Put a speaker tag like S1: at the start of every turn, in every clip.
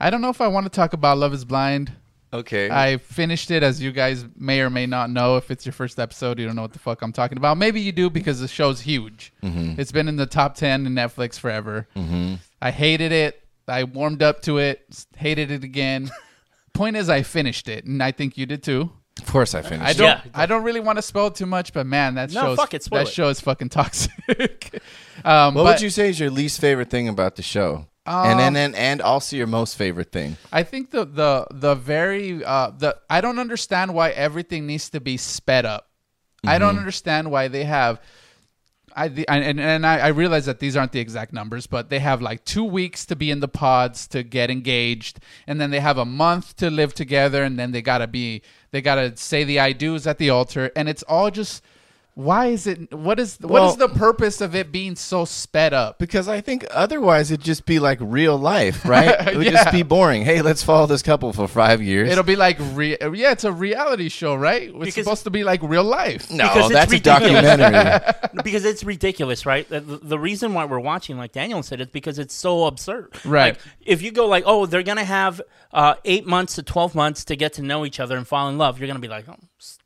S1: I don't know if I want to talk about Love Is Blind.
S2: Okay.
S1: I finished it, as you guys may or may not know. If it's your first episode, you don't know what the fuck I'm talking about. Maybe you do because the show's huge.
S3: Mm-hmm.
S1: It's been in the top 10 in Netflix forever. I hated it. I warmed up to it, s- hated it again. Point is, I finished it, and I think you did too.
S2: of course, I finished.
S1: I don't.
S3: Yeah.
S1: I don't really want to spoil too much, but man, that
S3: No,
S1: show.
S3: fuck it, spoil
S1: that
S3: it.
S1: show is fucking toxic. um,
S2: what
S1: but
S2: would you say is your least favorite thing about the show? and then and, and also your most favorite thing.
S1: I think the the the very uh, the I don't understand why everything needs to be sped up. I don't understand why they have. I the, and and- and I, I realize that these aren't the exact numbers, but they have like two weeks to be in the pods to get engaged, and then they have a month to live together, and then they gotta be they gotta say the I do's at the altar, and it's all just why is it what is what
S2: Well-
S1: is the purpose of it being so sped up?
S2: Because I think otherwise it'd just be like real life, right? It would just be boring. Hey, let's follow this couple for five years.
S1: It'll be like re- yeah, it's a reality show, right? It's
S3: Because-
S1: supposed to be like real life.
S2: no,
S3: because it's
S2: that's a
S3: ridiculous.
S2: documentary.
S3: because it's ridiculous, right? The, the reason why we're watching, like Daniel said, is because it's so absurd.
S1: Right.
S3: Like, if you go like, oh, they're gonna have uh, eight months to twelve months to get to know each other and fall in love, you're gonna be like, oh, s-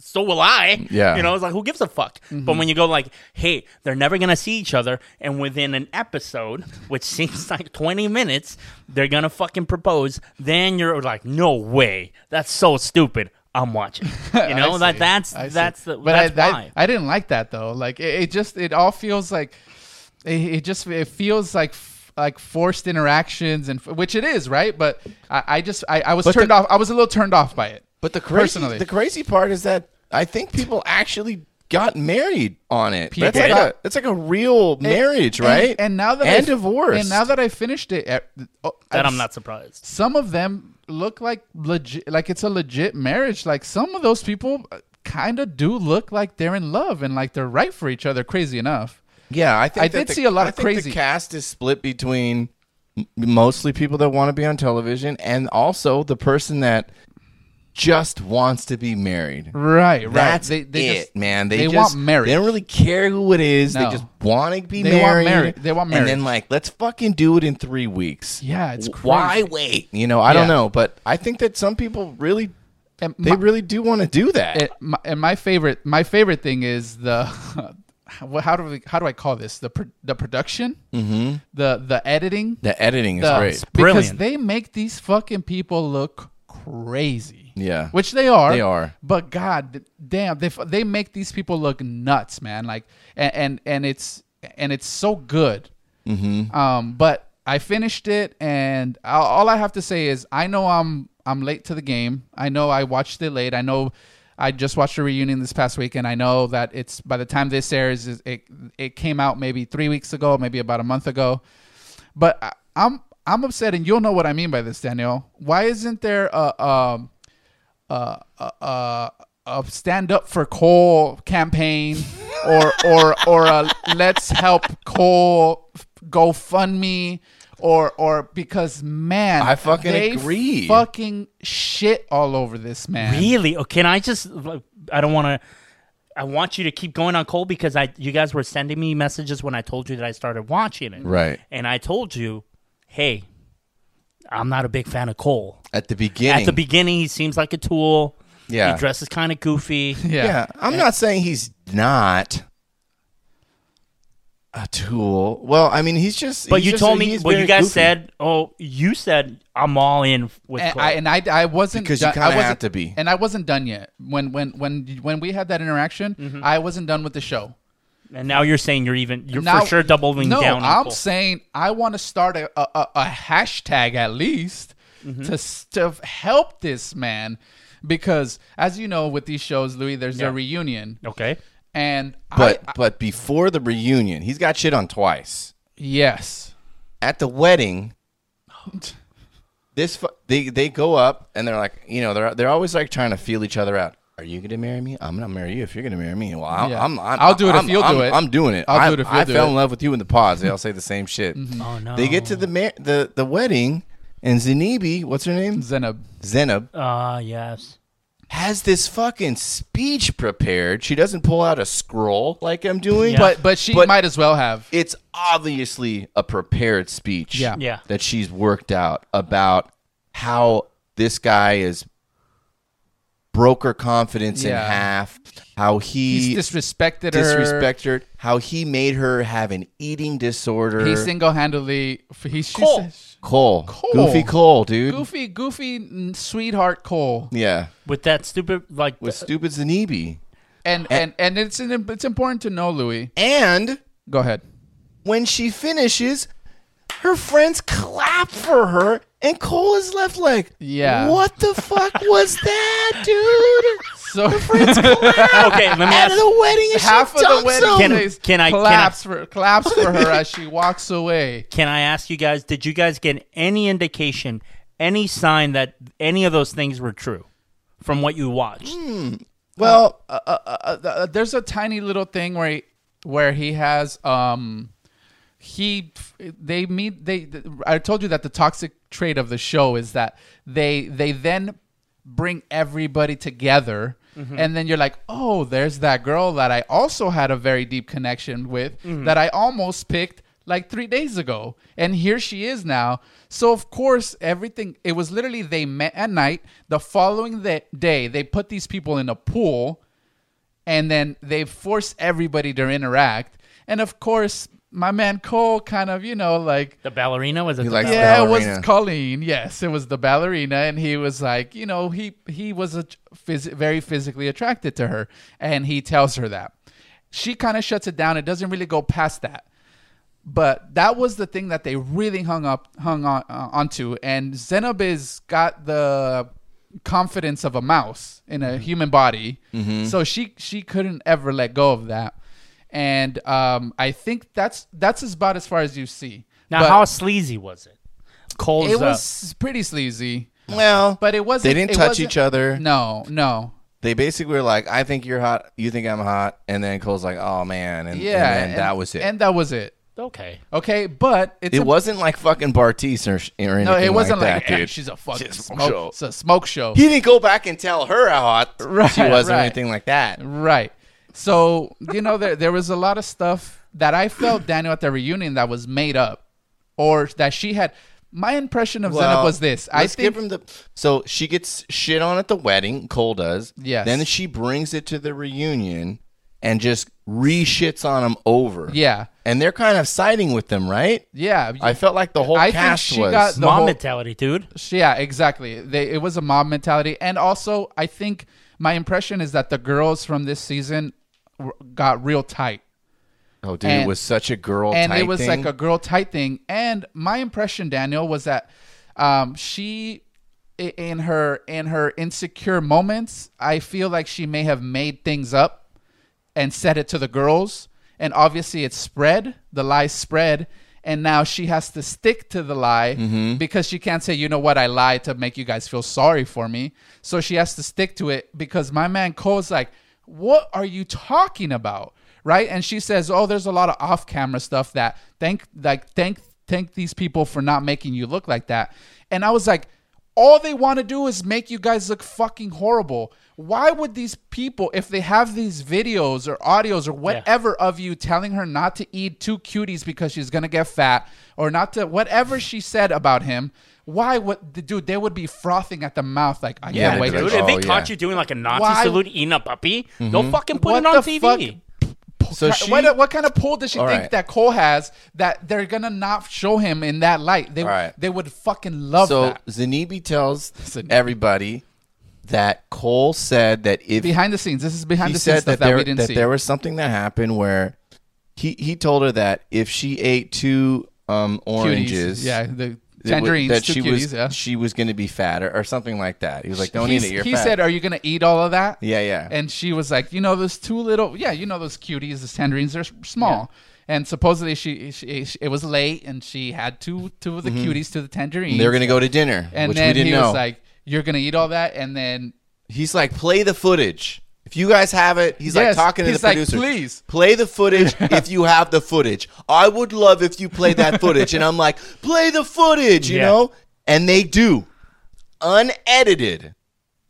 S3: so will I.
S2: Yeah.
S3: You know, it's like who gives a fuck.
S1: Mm-hmm.
S3: But when you go like, hey, they're never gonna see each other, and within an episode, which seems like twenty minutes, they're gonna fucking propose. Then you're like, no way, that's so stupid. I'm watching. You know,
S1: I
S3: like
S1: see.
S3: that's
S1: I see.
S3: that's the
S1: But I,
S3: that's why.
S1: I, I didn't like that though. Like it, it just it all feels like it, it just it feels like f- like forced interactions and f- which it is right. But I, I just I, I was
S2: But the-
S1: turned off. I was a little turned off by it.
S2: But the crazy,
S1: Personally.
S2: the crazy part is that I think people actually got married on it. That's
S1: People
S2: like
S1: got-
S2: a that's like a real marriage,
S1: And-
S2: right?
S1: And, now that
S2: and
S1: I,
S2: divorce.
S1: and now that I finished it, eh, oh,
S3: that
S1: I-
S3: I'm not surprised.
S1: Some of them look like legit, like it's a legit marriage. Like some of those people kind of do look like they're in love and like they're right for each other. Crazy enough.
S2: Yeah, I think
S1: I
S2: that
S1: did
S2: the-
S1: see a lot
S2: I
S1: of
S2: think the
S1: crazy-
S2: cast is split between m- mostly people that want to be on television and also the person that just wants to be married.
S1: Right, right.
S2: That's
S1: they, they
S2: it,
S1: just,
S2: man. They,
S1: they
S2: just,
S1: want marriage.
S2: They don't really care who it is.
S1: No.
S2: They just want to be
S1: They want
S2: married.
S1: marri- they want
S2: And
S1: marriage.
S2: then like, let's fucking do it in three weeks.
S1: Yeah, it's
S2: W- why
S1: crazy.
S2: wait? You know, I
S1: Yeah.
S2: don't know, but I think that some people really,
S1: And
S2: they
S1: my-
S2: really do want to do that.
S1: it- my, and my favorite my favorite thing is the how how do we, how do I call this the pro, the production mm-hmm. the the editing
S2: the editing is
S1: the-
S2: great.
S1: because
S3: Brilliant.
S1: they make these fucking people look crazy
S2: Yeah.
S1: which they are
S2: They are.
S1: but god d- damn they f- they make these people look nuts man like and and, and it's and it's so good mm-hmm. um but I finished it and a- all I have to say is I know I'm I'm late to the game I know I watched it late I know I just watched a reunion this past week and I know that it's by the time this airs is- it it came out maybe three weeks ago maybe about a month ago but I, I'm I'm upset, and you'll know what I mean by this, Danielle. Why isn't there a um a a, a, a stand up for coal campaign or or or a let's help coal GoFundMe or or because man,
S2: I fucking
S1: they
S2: agree.
S1: Fucking shit all over this man.
S3: Really? Oh, can I just? like, I don't want to. I want you to keep going on Cole because I, you guys were sending me messages when I told you that I started watching it,
S2: Right.
S3: And I told you, hey, I'm not a big fan of Cole.
S2: At the beginning.
S3: At the beginning, he seems like a tool.
S2: Yeah.
S3: He dresses kind of goofy.
S1: Yeah.
S2: Yeah, I'm not saying he's not a tool. Well, I mean, he's just.
S3: But
S2: he's
S3: you
S2: just-
S3: told me,
S2: he's
S3: but you
S2: very
S3: guys
S2: goofy.
S3: said, oh, you said I'm all in with
S1: and
S3: Cole.
S1: I, and I, I wasn't
S2: Because you
S1: done- I
S2: kinda have
S1: wasn't-
S2: to be.
S1: and I wasn't done yet. When when when when we had that interaction, I wasn't done with the show.
S3: and now you're saying you're even, you're
S1: Now-
S3: for sure doubling
S1: no,
S3: down. on
S1: I'm
S3: Cole.
S1: saying I want to start a, a, a- a hashtag at least
S3: Mm-hmm.
S1: to s- to help this man because as you know with these shows, Louis, there's
S3: Yeah.
S1: a reunion
S3: okay.
S1: and
S2: But
S1: I,
S2: but before the reunion, he's got shit on twice.
S1: yes,
S2: At the wedding, this fu- they they go up and they're like, you know, they're they're always like trying to feel each other out. Are you gonna marry me? I'm gonna marry you if you're gonna marry me. Well, I'm,
S1: Yeah.
S2: I'm, I'm
S1: I'll do it if
S2: I'm-
S1: you'll do
S2: I'm-
S1: it.
S2: I'm doing it.
S1: I'll
S2: I-
S1: do it if
S2: I
S1: you'll do
S2: fell
S1: it. Mm-hmm.
S2: in love with you in the pause. They all say the same shit.
S3: Oh no.
S2: They get to the mar- the the wedding and Zenibi, what's her name?
S1: Zenab.
S2: Zenab.
S3: Ah yes.
S2: has this fucking speech prepared. She doesn't pull out a scroll like I'm doing.
S3: Yeah.
S1: But but she
S2: But-
S1: might as well have.
S2: it's obviously a prepared speech
S1: Yeah.
S3: Yeah.
S2: that she's worked out about how this guy is broke her confidence in
S1: Yeah.
S2: half, how he
S1: He's disrespected her.
S2: disrespected her, how he made her have an eating disorder.
S1: He single handedly. He she
S3: Cole.
S1: says,
S2: Cole.
S1: Cole.
S2: Goofy Cole, dude.
S1: goofy goofy mm, sweetheart Cole.
S2: Yeah.
S3: with that stupid like
S2: With stupid Zanibi.
S1: And and and it's an, it's important to know Louis.
S2: And
S1: Go ahead.
S2: when she finishes, her friends clap for her, and Cole is left like,
S1: Yeah.
S2: What the fuck was that, dude?
S1: So
S3: okay. Let me
S2: Out of
S3: ask.
S2: the wedding, and
S1: half of
S2: she
S1: the
S2: dunks
S1: wedding
S2: him.
S3: Can-
S1: place
S3: can I- can I-
S1: claps for claps for her as she walks away.
S3: Can I ask you guys? Did you guys get any indication, any sign that any of those things were true from what you watched?
S2: Well,
S1: uh, uh, uh, uh, there's a tiny little thing where he, where he has um he they meet they I told you that the toxic trait of the show is that they they then bring everybody together and then you're like oh there's that girl that I also had a very deep connection with that I almost picked like 3 days ago and here she is now so of course everything it was literally they met at night the following the day they put these people in a pool and then they force everybody to interact. And of course, my man Cole kind of, you know, like
S3: The ballerina was it?
S2: He
S3: the
S2: likes
S3: ballerina?
S1: yeah, it was
S2: ballerina.
S1: Colleen. Yes, it was the ballerina, and he was like, you know, he he was a phys- very physically attracted to her, and he tells her that. She kind of shuts it down. It doesn't really go past that. But that was the thing that they really hung up hung on uh, onto, and Zenobiz got the confidence of a mouse in a human body, so she she couldn't ever let go of that. And um, I think that's that's about as far as you see.
S3: Now,
S1: But-
S3: how sleazy was it? Cole's
S1: it
S3: uh,
S1: was pretty sleazy,
S2: well,
S1: but it wasn't.
S2: they didn't
S1: it
S2: touch
S1: wasn't-
S2: each other.
S1: No, no.
S2: They basically were like, "I think you're hot, you think I'm hot," and then Cole's like, "Oh man," and,
S1: Yeah,
S2: and then that was it.
S1: And that was it.
S3: okay.
S1: Okay, but it's
S2: it
S1: a-
S2: wasn't like fucking Bartiz or, sh- or anything.
S1: no, it wasn't like,
S2: that,
S1: "Ah,
S2: dude.
S1: she's a fucking
S2: a smoke
S1: smoke,
S2: show."
S1: It's a smoke show,
S2: He didn't go back and tell her how hot
S1: Right,
S2: she was or
S1: right.
S2: anything like that.
S1: right? So you know there there was a lot of stuff that I felt Daniel at the reunion that was made up, or that she had. My impression of Zenith was this: I
S2: uh, let's
S1: think
S2: give him the. So she gets shit on at the wedding. Cole does.
S1: Yes.
S2: Then she brings it to the reunion, and just re shits on him over.
S1: Yeah.
S2: And they're kind of siding with them, right?
S1: yeah,
S2: I felt like the whole
S1: I think
S2: cast
S1: she
S2: was.
S1: got the
S3: Mom
S1: whole-
S3: mentality, dude.
S1: Sh- Yeah, exactly. They, it was a mob mentality, and also I think my impression is that the girls from this season w- got real tight,
S2: oh, dude, it
S1: and-
S2: was such a girl.
S1: and
S2: type
S1: it was
S2: thing.
S1: like a girl tight thing. And my impression, Daniel, was that um, she, i- in her in her insecure moments, I feel like she may have made things up and said it to the girls, and obviously it spread. The lie spread. And now she has to stick to the lie because she can't say, you know what, I lied to make you guys feel sorry for me. So she has to stick to it because my man Cole's like, what are you talking about? Right? And she says, oh, there's a lot of off camera stuff that thank, like, thank, thank these people for not making you look like that. And I was like, all they want to do is make you guys look fucking horrible. Why would these people, if they have these videos or audios or whatever of you telling her not to eat two cuties because she's gonna get fat or not to whatever she said about him, why would the dude? They wode be frothing at the mouth like I
S2: Yeah,
S1: can't wait.
S2: dude,
S1: to
S3: Dude,
S2: Oh,
S3: if they
S2: yeah.
S3: caught you doing like a Nazi
S1: Why- Mm-hmm.
S3: salute eating a puppy, they'll fucking put
S1: What
S3: it on
S1: the
S3: TV.
S1: fuck?
S2: So she,
S1: what, what kind of pull does she
S2: All
S1: think
S2: right.
S1: that Cole has that they're gonna not show him in that light? They
S2: All right.
S1: they would fucking love
S2: so
S1: that
S2: Zanibi tells everybody that Cole said that if
S1: behind the scenes. This is behind
S2: he
S1: the
S2: said
S1: scenes
S2: that
S1: stuff that,
S2: there,
S1: we didn't
S2: that
S1: see.
S2: there was something that happened where he he told her that if she ate two um,
S1: Cuties.
S2: oranges,
S1: yeah, the
S2: it would-
S1: tangerines,
S2: that
S1: two
S2: she
S1: cuties,
S2: was
S1: yeah.
S2: she was going to be fat or, or something like that. He was like, "Don't eat
S1: He's-
S2: it, you're
S1: he
S2: fat."
S1: said, "Are you gonna eat all of that?"
S2: "Yeah, yeah."
S1: And she was like, "You know those two little, yeah, you know those cuties, the tangerines are s- small." And supposedly she, she, she- it was late, and she had two two of the
S2: Mm-hmm.
S1: cuties to the tangerines.
S2: they were going to go to dinner,
S1: and
S2: which
S1: then
S2: we didn't
S1: he
S2: know.
S1: was like, "You're gonna eat all that," and then
S2: he's like, "Play the footage." If you guys have it, he's like
S1: Yes,
S2: talking to
S1: he's
S2: the
S1: like,
S2: producer.
S1: "Please."
S2: play the footage if you have the footage. I would love if you play that footage. And I'm like, play the footage, you
S3: Yeah.
S2: know? And they do, unedited.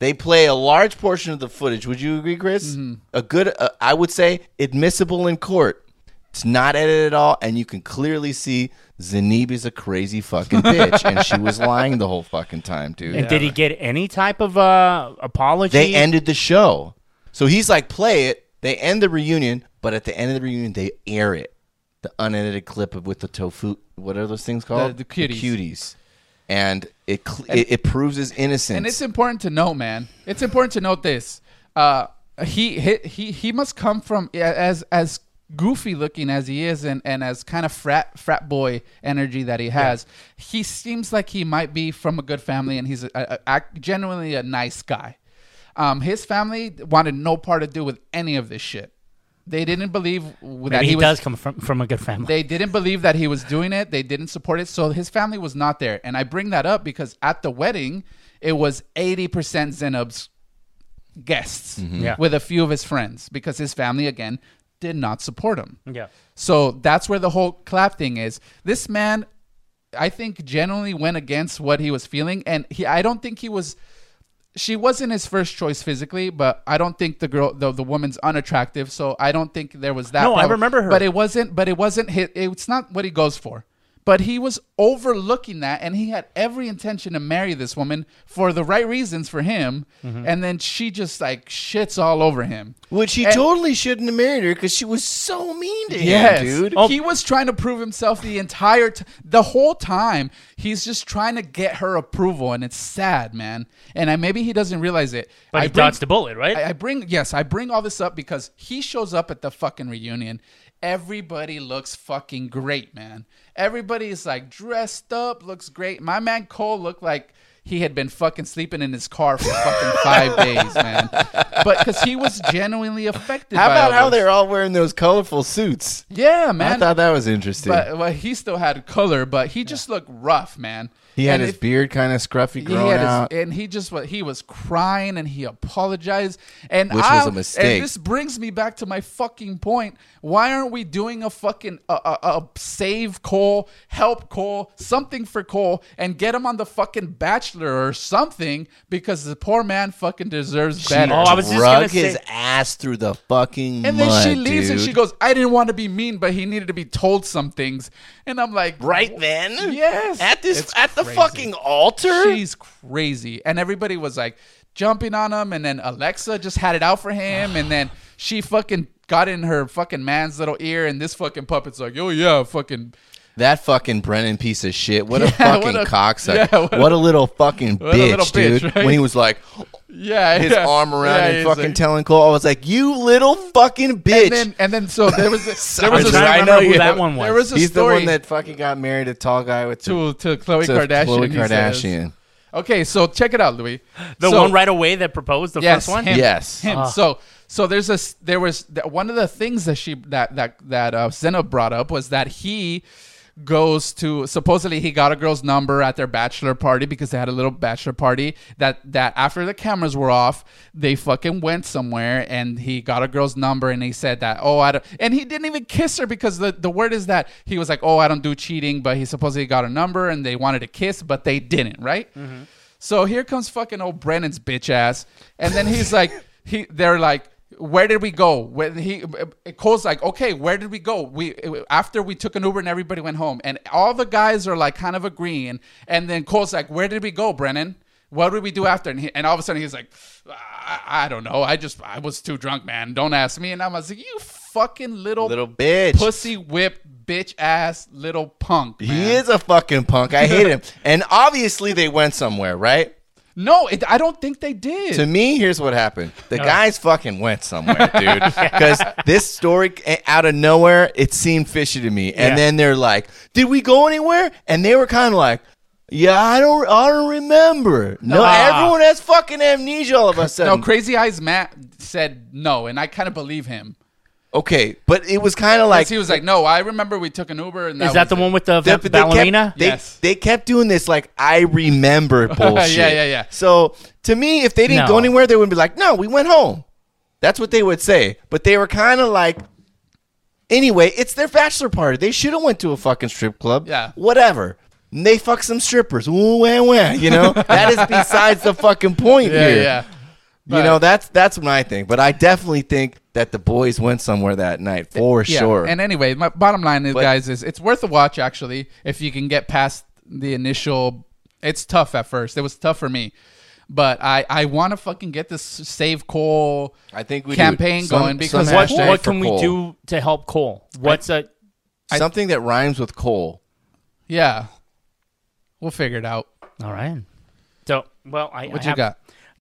S2: They play a large portion of the footage. Would you agree, Chris?
S1: Mm-hmm.
S2: A good, uh, I would say, admissible in court. It's not edited at all, and you can clearly see Zanebi's a crazy fucking bitch, and she was lying the whole fucking time, dude.
S3: And did he get any type of uh, apology?
S2: They ended the show. So he's like, play it. They end the reunion, but at the end of the reunion, they air it. The unedited clip of with the tofu. What are those things called?
S1: The- the cuties.
S2: cuties. And it, cl- it it proves his innocence.
S1: And it's important to note, man. It's important to note this. Uh, he, he he he must come from as as goofy looking as he is, and, and as kind of frat frat boy energy that he has. He seems like he might be from a good family, and he's a, a, a, genuinely a nice guy. Um, his family wanted no part to do with any of this shit. They didn't believe that
S3: Maybe
S1: he,
S3: he,
S1: was,
S3: does come from, from a good family.
S1: they didn't believe that he was doing it. They didn't support it. So his family was not there. And I bring that up because at the wedding, it was 80% Zenob's guests
S3: Yeah.
S1: with a few of his friends because his family, again, did not support him.
S3: yeah.
S1: So that's where the whole clap thing is. This man, I think, generally went against what he was feeling, and he. I don't think he was. She wasn't his first choice physically, but I don't think the girl, the, the woman's unattractive, so I don't think there was that.
S3: No, I remember her.
S1: But it wasn't. But it wasn't. His, it's not what he goes for. But he was overlooking that, and he had every intention to marry this woman for the right reasons for him,
S3: Mm-hmm.
S1: and then she just like shits all over him.
S2: Which he
S1: And-
S2: totally shouldn't have married her because she was so mean to
S1: Yes, Oh,
S2: him, dude.
S3: Oh.
S1: He was trying to prove himself the entire t- the whole time. He's just trying to get her approval, and it's sad, man. And I, maybe he doesn't realize it.
S3: But
S1: I
S3: he
S1: bring-
S3: dodged the bullet, right?
S1: I, I bring yes, I bring all this up because he shows up at the fucking reunion. Everybody looks fucking great, man. Everybody is like dressed up, looks great. My man Cole looked like he had been fucking sleeping in his car for fucking five days, man. But because he was genuinely affected.
S2: How
S1: by
S2: about
S1: all
S2: how
S1: this.
S2: they're all wearing those colorful suits?
S1: Yeah, man.
S2: I thought that was interesting.
S1: But well, he still had color, but he just looked rough, man.
S2: he had
S1: And
S2: his
S1: if-
S2: beard kind of
S1: he
S2: scruffy growing
S1: had his-
S2: out.
S1: and he just wa- he was crying and he apologized and
S2: Which was
S1: I,
S2: a mistake.
S1: And this brings me back to my fucking point. Why aren't we doing a fucking a, a, a save Cole, help Cole, something for Cole, and get him on the fucking Bachelor or something? Because the poor man fucking deserves better.
S3: Oh, I was just
S2: drug
S3: gonna say-
S2: his ass through the fucking
S1: And then she
S2: mud,
S1: leaves and
S2: dude.
S1: she goes, I didn't want to be mean, but he needed to be told some things. And I'm like,
S2: right then.
S1: Yes.
S2: at this
S1: It's
S2: at the
S1: crazy.
S2: fucking altar.
S1: She's crazy. And everybody was like jumping on him. And then Alexa just had it out for him. and then she fucking got in her fucking man's little ear. And this fucking puppet's like, oh, yeah, fucking.
S2: that fucking Brennan piece of shit. What a
S1: Yeah, what
S2: fucking
S1: a-
S2: cocksucker.
S1: yeah,
S2: what,
S1: what
S2: a little fucking
S1: a
S2: bitch,
S1: little bitch,
S2: dude.
S1: right?
S2: When he was like
S1: Yeah.
S2: his
S1: yeah.
S2: arm around
S1: Yeah,
S2: and
S1: he's
S2: fucking
S1: like-
S2: telling Cole, I was like, "You little fucking bitch."
S1: And then, and then, so there was a, there
S2: Sorry,
S1: was a,
S2: dude,
S3: I'm
S2: I
S3: trying to
S2: know
S3: remember who
S2: you-
S3: that one was.
S1: there was a
S2: He's
S1: story
S2: the one that fucking got married, a tall guy with the-
S1: to to Khloe
S2: to
S1: Kardashian.
S2: Khloe
S1: he says.
S2: Kardashian.
S1: Okay, so check it out, Louis.
S3: the
S1: So-
S3: one right away that proposed the
S1: yes,
S3: first one.
S1: Him,
S2: Yes.
S1: him. So so there's a s- there was th- one of the things that she that that that uh, Zeno brought up was that he goes to supposedly he got a girl's number at their bachelor party because they had a little bachelor party that that after the cameras were off they fucking went somewhere and he got a girl's number and he said that oh I don't and he didn't even kiss her because the the word is that he was like oh I don't do cheating but he supposedly got a number and they wanted to kiss but they didn't right so here comes fucking old Brennan's bitch ass, and then he's like, he they're like, where did we go? When he uh, Cole's like, okay, where did we go? We uh, after we took an Uber and everybody went home, and all the guys are like kind of agreeing, and then Cole's like, where did we go, Brennan? What did we do after? And, he, and all of a sudden he's like, I, I don't know. I just I was too drunk, man. Don't ask me. And I was like, you fucking little,
S2: Little bitch.
S1: pussy whip bitch ass little punk. Man.
S2: He is a fucking punk. I hate him. And obviously they went somewhere, right?
S1: No, it, I don't think they did.
S2: To me, here's what happened. The guys fucking went somewhere, dude. Because this story eh, out of nowhere, it seemed fishy to me. And
S3: Yeah.
S2: then they're like, "Did we go anywhere?" And they were kind of like, "Yeah, I don't, I don't remember." No,
S3: Ah.
S2: everyone has fucking amnesia all of a
S1: No,
S2: sudden.
S1: Crazy Eyes Matt said no, and I kind of believe him.
S2: okay, but it was kind of like
S1: 'Cause he was like, no, I remember we took an Uber, and that
S3: Is that the
S1: was it."
S3: one with the,
S2: They-
S3: va-
S2: they kept-
S3: ballerina?
S2: They,
S1: Yes.
S2: they kept doing this like I remember bullshit.
S1: yeah, yeah.
S2: So to me, if they didn't go
S3: No.
S2: anywhere, they would be like, "No, we went home." That's what they would say. But they were kind of like, anyway, it's their bachelor party. They should have went to a fucking strip club.
S1: Yeah.
S2: whatever. And they fuck some strippers. Ooh, wah, wah, you know? that is besides the fucking point
S1: Yeah,
S2: here.
S1: yeah.
S2: You
S1: Right.
S2: know, that's that's what I think. But I definitely think that the boys went somewhere that night for
S1: Yeah,
S2: sure.
S1: And anyway, my bottom line is,
S2: But-
S1: guys, is it's worth a watch actually if you can get past the initial. It's tough at first. It was tough for me, but I I want to fucking get this save Cole.
S2: I think we do.
S1: campaign
S2: Some-
S1: going because
S2: some
S3: What,
S2: hashtag
S3: what
S2: for
S3: can we
S2: Cole.
S3: do to help Cole? What's a
S2: Something that rhymes with coal.
S1: yeah, we'll figure it out.
S3: all right? So well, I
S1: What
S3: I
S1: you
S3: have-
S1: got?